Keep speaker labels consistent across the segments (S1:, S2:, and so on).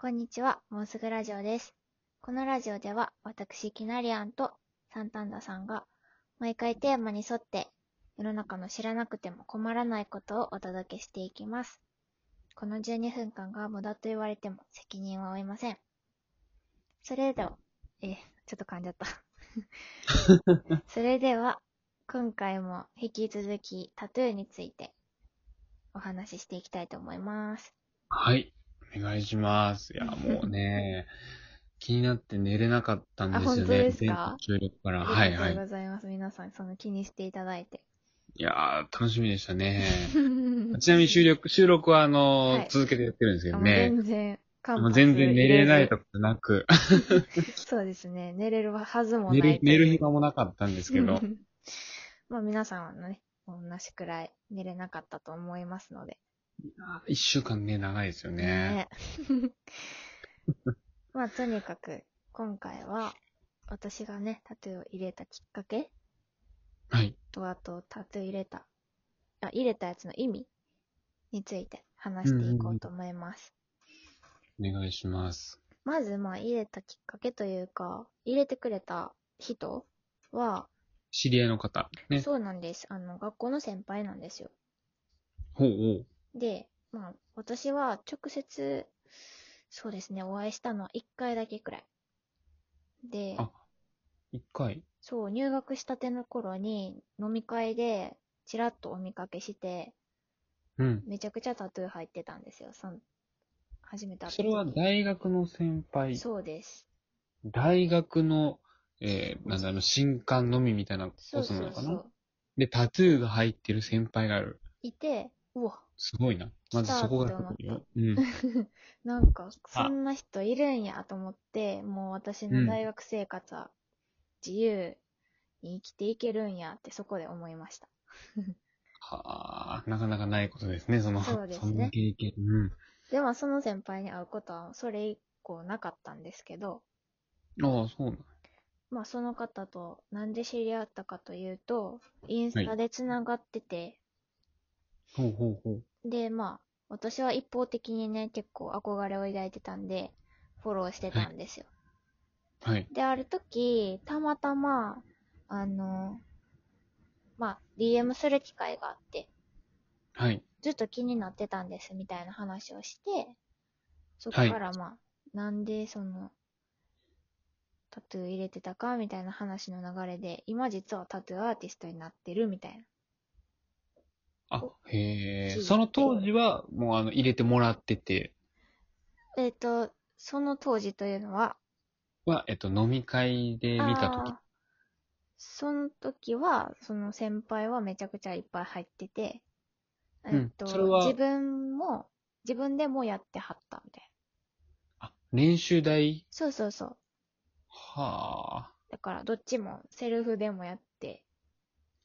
S1: こんにちは、もうすぐラジオです。このラジオでは、私、キナリアンとサンタンダさんが、毎回テーマに沿って、世の中の知らなくても困らないことをお届けしていきます。この12分間が無駄と言われても責任は負いません。それでは、え、ちょっと噛んじゃった。それでは、今回も引き続きタトゥーについてお話ししていきたいと思います。
S2: はい。お願いします。い や、もうね、気になって寝れなかったんですよね。
S1: あ本当ですか
S2: 全国協力から。
S1: あ
S2: はい
S1: りが
S2: は
S1: と
S2: い。
S1: うございます。皆さん、その気にしていただいて。
S2: いやー、楽しみでし たね。
S1: あ
S2: ちなみに収録、収録はあのー
S1: はい
S2: 続けてやってるんですけど
S1: もう
S2: ね。
S1: 全然、間
S2: もう
S1: 髪
S2: 全然寝れない
S1: 入
S2: とかなく、
S1: れず。そうですね。寝れるはずもない
S2: 寝る、
S1: とい
S2: 寝
S1: う
S2: る暇もなかったんですけど。。
S1: まあ皆さんはね、同じくらい寝れなかったと思いますので。
S2: 一週間ね、長いですよね。
S1: ね まあとにかく、今回は、私がね、タトゥーを入れたきっかけ
S2: はい。
S1: と、あと、タトゥー入れた、あ、入れたやつの意味について話していこうと思います。
S2: お願いします。
S1: まず、まあ、入れたきっかけというか、入れてくれた人は、
S2: 知り合いの方。ね。
S1: そうなんです。あの、学校の先輩なんですよ。
S2: ほうほう。
S1: で、まあ、私は直接、そうですね、お会いしたのは1回だけくらい。で、
S2: あ一回。
S1: そう、入学したての頃に、飲み会で、ちらっとお見かけして、
S2: うん。
S1: めちゃくちゃタトゥー入ってたんですよ。そん初めて会った
S2: それは
S1: 時
S2: 大学の先輩。
S1: そうです。
S2: 大学の、えー、なんだろう、新刊のみみたいなコ
S1: そう
S2: ー
S1: そ
S2: スなの
S1: う
S2: かな
S1: そう。
S2: で、タトゥーが入ってる先輩がある。
S1: いて、うわ、
S2: すごいな。まずそこがすごいよ。うん。
S1: なんか、そんな人いるんやと思って、もう私の大学生活は自由に生きていけるんやってそこで思いました。
S2: はあ、なかなかないことですね、その、
S1: そうですね
S2: んな経験。うん。
S1: でもその先輩に会うことはそれ以降なかったんですけど、
S2: ああ、そうなの。
S1: まあその方となんで知り合ったかというと、インスタでつながってて、
S2: ほうほうほう。
S1: でまあ私は一方的にね、結構憧れを抱いてたんで、フォローしてたんですよ。
S2: はい。
S1: で、ある時、たまたま、あの、まあ、DM する機会があって、
S2: はい。
S1: ずっと気になってたんですみたいな話をして、そこからまあ、なんでその、タトゥー入れてたかみたいな話の流れで、今実はタトゥーアーティストになってるみたいな。
S2: あ、へ
S1: 聞い
S2: え。
S1: て
S2: その当時は、もうあの、入れてもらってて、
S1: えっ、と、その当時というのは、
S2: は、えっと、飲み会で見たとき
S1: あー。その時は、その先輩はめちゃくちゃいっぱい入ってて、
S2: ん
S1: えっと、
S2: それは
S1: 自分も、自分でもやってはったみたいな。
S2: あ、練習台
S1: そうそうそう。
S2: はあ。
S1: だから、どっちもセルフでもやって、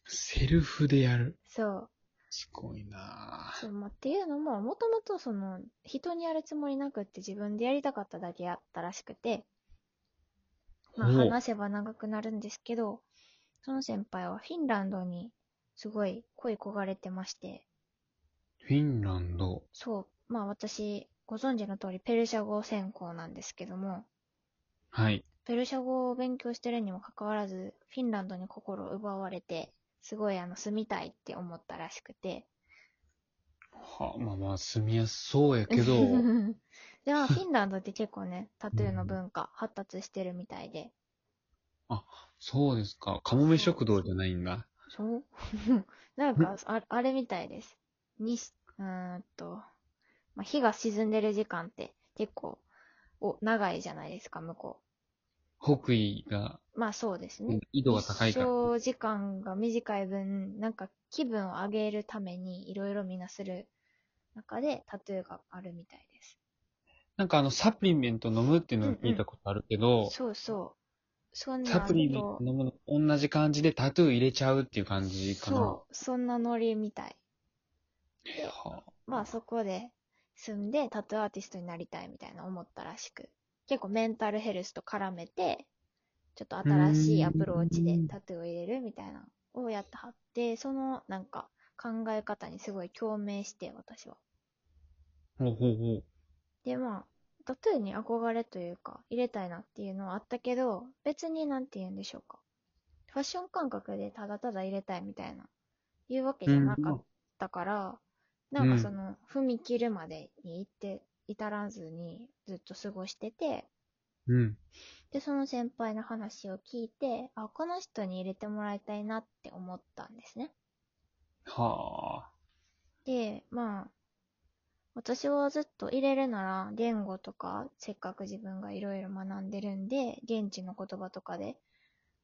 S2: セルフでやる。
S1: そう。
S2: すごいなあ
S1: そうまあっていうのも、もともとその、人にやるつもりなくって自分でやりたかっただけやったらしくて、まあ
S2: ほう
S1: 話せば長くなるんですけど、その先輩はフィンランドにすごい恋焦がれてまして、
S2: フィンランド。
S1: そう、まあ私、ご存知の通り、ペルシャ語専攻なんですけども、
S2: はい。
S1: ペルシャ語を勉強してるにもかかわらず、フィンランドに心を奪われて、すごいあの住みたいって思ったらしくて。
S2: はあ、まあまあ、住みやすそうやけど、うん。
S1: で、まあ、フィンランドって結構ね、タトゥーの文化、発達してるみたいで。
S2: そうですか。カモメ食堂じゃないんだ。
S1: そう なんか、ああれみたいです。にし、うーんと、まあ、日が沈んでる時間って結構、お、長いじゃないですか、向こ
S2: 北緯が、
S1: う。まあそうですね。
S2: 緯度が高いから。
S1: 日照時間が短い分、なんか気分を上げるためにいろいろみんなする中でタトゥーがあるみたいです。
S2: なんかあの、サプリメント飲むっていうのを聞いたことあるけど、
S1: そうそう。そんな
S2: サプリメント
S1: と
S2: 飲むの同じ感じでタトゥー入れちゃうっていう感じかな。
S1: そう、そんなノリみたい。う
S2: はあ、
S1: まあそこで住んでタトゥーアーティストになりたいみたいな思ったらしく。結構メンタルヘルスと絡めて、ちょっと新しいアプローチでタトゥーを入れるみたいなのをやってはって、そのなんか考え方にすごい共鳴して私は。
S2: ほうほうほう。
S1: で、まあ、タトゥーに憧れというか、入れたいなっていうのはあったけど、別になんて言うんでしょうか。ファッション感覚でただただ入れたいみたいな、いうわけじゃなかったから、
S2: ん
S1: なんかその、踏み切るまでに行って、至らずにずっと過ごしてて、
S2: うん。
S1: で、その先輩の話を聞いて、あ、この人に入れてもらいたいなって思ったんですね。
S2: はあ。
S1: で、まあ、私はずっと入れるなら、言語とか、せっかく自分がいろいろ学んでるんで、現地の言葉とかで、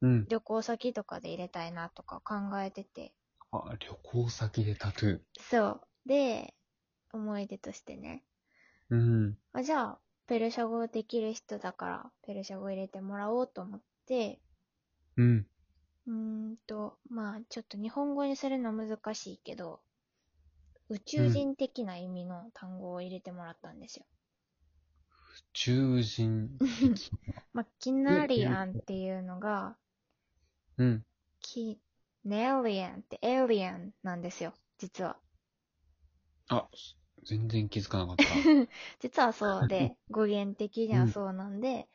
S2: うん。
S1: 旅行先とかで入れたいなとか考えてて。
S2: あ、旅行先でタトゥー。
S1: そう。で、思い出としてね。
S2: うん。
S1: あじゃあ、ペルシャ語できる人だから、ペルシャ語入れてもらおうと思って、
S2: うん。
S1: うーんと、まあ、ちょっと日本語にするの難しいけど、宇宙人的な意味の単語を入れてもらったんですよ。
S2: 中 人。
S1: まあ、キナリアンっていうのが、
S2: うん。
S1: キネリアンってエイリアンなんですよ、実は。
S2: あ、全然気づかな かった。
S1: 実はそうで、語源的にはそうなんで、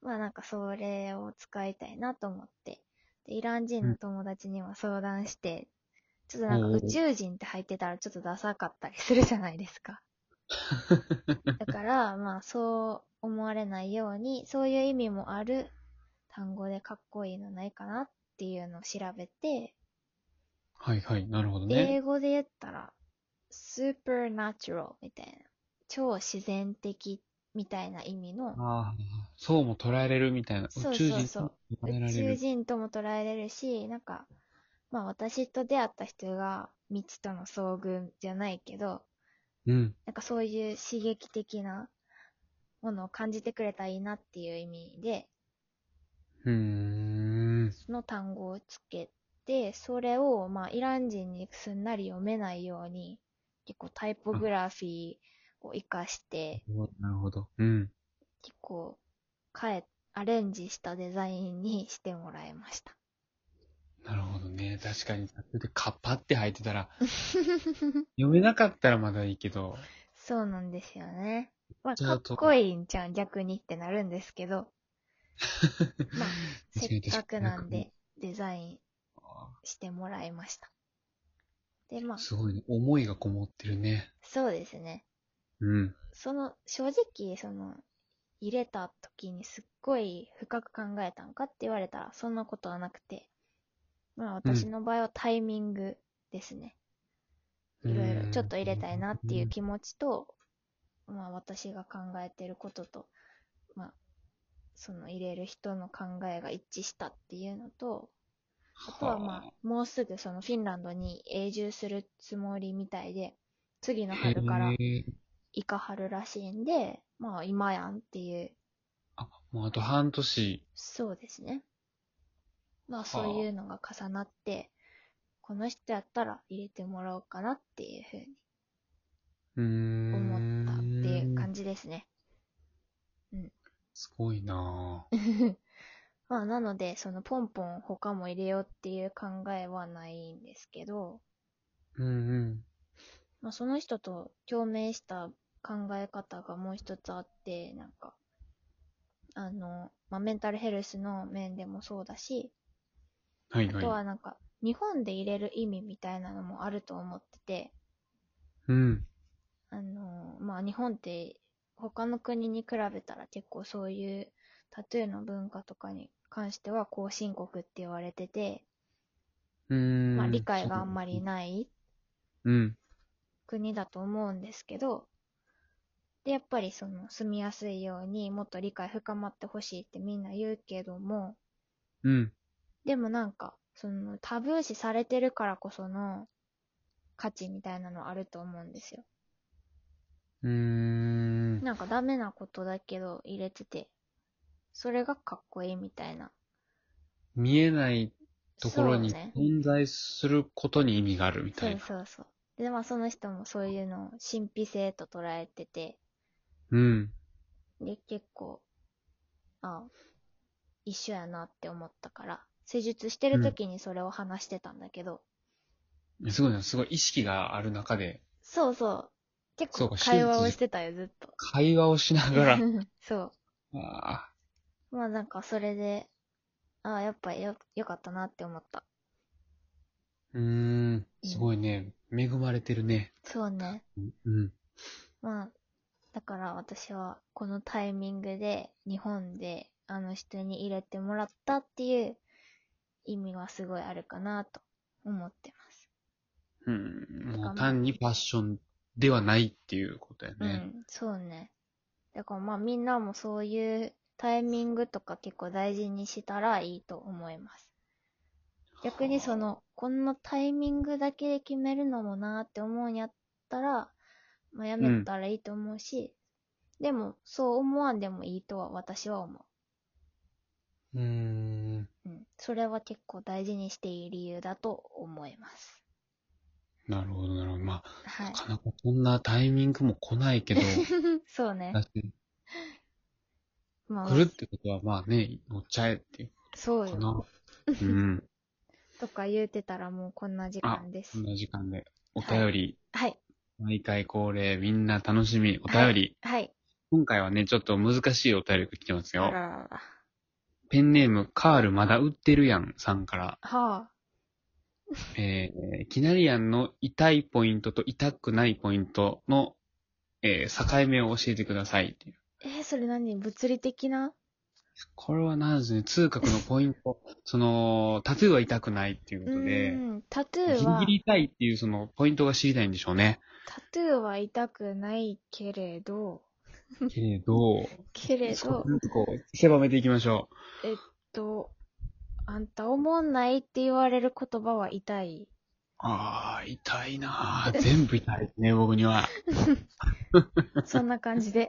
S1: まあなんかそれを使いたいなと思って、でイラン人の友達には相談して、ちょっとなんか
S2: おうおう
S1: 宇宙人って入ってたらちょっとダサかったりするじゃないです か。だから、まあそう思われないように、そういう意味もある単語でかっこいいのないかなっていうのを調べて、
S2: はいはい、なるほどね。
S1: 英語で言ったら、supernatural みたいな、超自然的みたいな意味の、
S2: ああ、そうも捉えれるみたいな。
S1: そう
S2: 宇宙
S1: そう
S2: 人
S1: そ
S2: と
S1: う
S2: も捉えら
S1: 宇宙
S2: れる。
S1: 人とも捉えれるし、なんか、まあ私と出会った人が未知との遭遇じゃないけど、
S2: うん。
S1: なんかそういう刺激的なものを感じてくれたらいいなっていう意味で、
S2: うーん。
S1: の単語をつけて、それを、まあ、イラン人にすんなり読めないように、結構タイポグラフィーを活かして、
S2: なるほど。うん。
S1: 結構、変え、アレンジしたデザインにしてもらいました。
S2: なるほどね。確かに、タトゥーでカッパって入って たら、読めなかったらまだいいけど。
S1: そうなんですよね。まあ、
S2: じゃ
S1: か
S2: あ
S1: っこいいんちゃん、逆にってなるんですけ ど、まあ、せ
S2: 確かに
S1: っかくなんで、デザイン
S2: あ
S1: してもらいました。で、まあ
S2: ー、 すごいね。思いがこもってるね。
S1: そうですね。
S2: うん。
S1: その、正直、その、入れた時にすっごい深く考えたんかって言われたら、そんなことはなくて、まあ私の場合はタイミングですね。いろいろちょっと入れたいなっていう気持ちと、まあ私が考えてることと、まあ、その入れる人の考えが一致したっていうのと、あとはまあ、もうすぐそのフィンランドに永住するつもりみたいで、次の春から
S2: へー
S1: イカハルらしいんで、まあ今やんっていう、
S2: あ、もうあと半年。
S1: そうですね。まあそういうのが重なって、この人やったら入れてもらおうかなっていうふうに
S2: うーん。
S1: 思ったっていう感じですね。
S2: すごいな ぁ。
S1: まあなので、そのポンポン他も入れようっていう考えはないんですけど、
S2: うんうん。
S1: まあその人と共鳴した考え方がもう一つあって、なんか、あの、まあメンタルヘルスの面でもそうだし、
S2: はい
S1: あと
S2: はい。
S1: はなんか、日本で入れる意味みたいなのもあると思ってて、
S2: うん。
S1: あのーまあ、日本って他の国に比べたら結構そういうタトゥーの文化とかに関しては後進国って言われてて、
S2: うーん。
S1: まあ、理解があんまりない
S2: うん。
S1: 国だと思うんですけど、で、やっぱりその住みやすいようにもっと理解深まってほしいってみんな言うけども、
S2: うん。
S1: でもなんか、そのタブー視されてるからこその価値みたいなのあると思うんですよ。
S2: うーん。
S1: なんかダメなことだけど入れてて、それがかっこいいみたいな。
S2: 見えないところに
S1: そうね。
S2: 存在することに意味があるみ
S1: そ
S2: たいうな。
S1: そうそう。で、まあその人もそういうのを神秘性と捉えてて、
S2: うん。
S1: で、結構、あ、一緒やなって思ったから、施術してる時にそれを話してたんだけど、
S2: すごいな、すごい意識がある中で。
S1: そうそう。結
S2: そう
S1: 構
S2: か
S1: 会話
S2: 手
S1: を
S2: 術
S1: してたよ、ずっと。
S2: 会話をしながら。
S1: そ
S2: あ
S1: う。まあなんかそれで、ああ、やっぱよ、よかったなって思った。
S2: ーうーん。すごいね。恵まれてるね。
S1: そうね。
S2: うんうん。
S1: まあ、だから私はこのタイミングで日本であの人に入れてもらったっていう意味はすごいあるかなと思ってます。
S2: うん。
S1: なん
S2: も
S1: か
S2: う単にファッションではないっていうことやね。
S1: うん、そうね。だからまあみんなもそういうタイミングとか結構大事にしたらいいと思います。逆にその、こんなタイミングだけで決めるのもなーって思うんやったら、まあやめたらいいと思うし、でもそう思わんでもいいとは私は思う。
S2: うーん。
S1: うん、それは結構大事にしていい理由だと思います。
S2: なるほど、なるほど。まあ、
S1: はい
S2: な。かなかこんなタイミングも来ないけど、
S1: そうね
S2: だ。って
S1: まあ
S2: 来、るってことは、まあね、乗っちゃえっていう
S1: そ
S2: こ
S1: う
S2: とか
S1: よ。
S2: な。うん。
S1: とか言うてたらもうこんな時間で
S2: こ
S1: す
S2: ん。な時間で、お便り、
S1: はい。
S2: 毎回恒例、みんな楽しみ、お便り。
S1: はい。
S2: 今回はね、ちょっと難しいお便りが来てます
S1: あら
S2: よ。
S1: ららら。
S2: ペンネーム、カールまだ売ってるやんさんから、
S1: は
S2: えー、キナリアンの痛いポイントと痛くないポイントの、えー、境目を教えてくださいっていう。
S1: あ。えーそれ何物理的な
S2: これはなんですね、痛覚のポイント、その、タトゥーは痛くないっていう
S1: う
S2: ことで、
S1: ーん。タト
S2: ギ
S1: ゥー
S2: リ
S1: は
S2: ギ、リ痛いっていうそのポイントが知りたいんでしょうね。
S1: タトゥーは痛くないけれど、
S2: けれど、
S1: けれ
S2: そこ
S1: ど
S2: を、こう、狭めていきましょ
S1: えっと、あんた思んないって言われる言葉は痛い。
S2: う。ああ、痛いなあ全部痛いね、僕には。
S1: そんな感じで。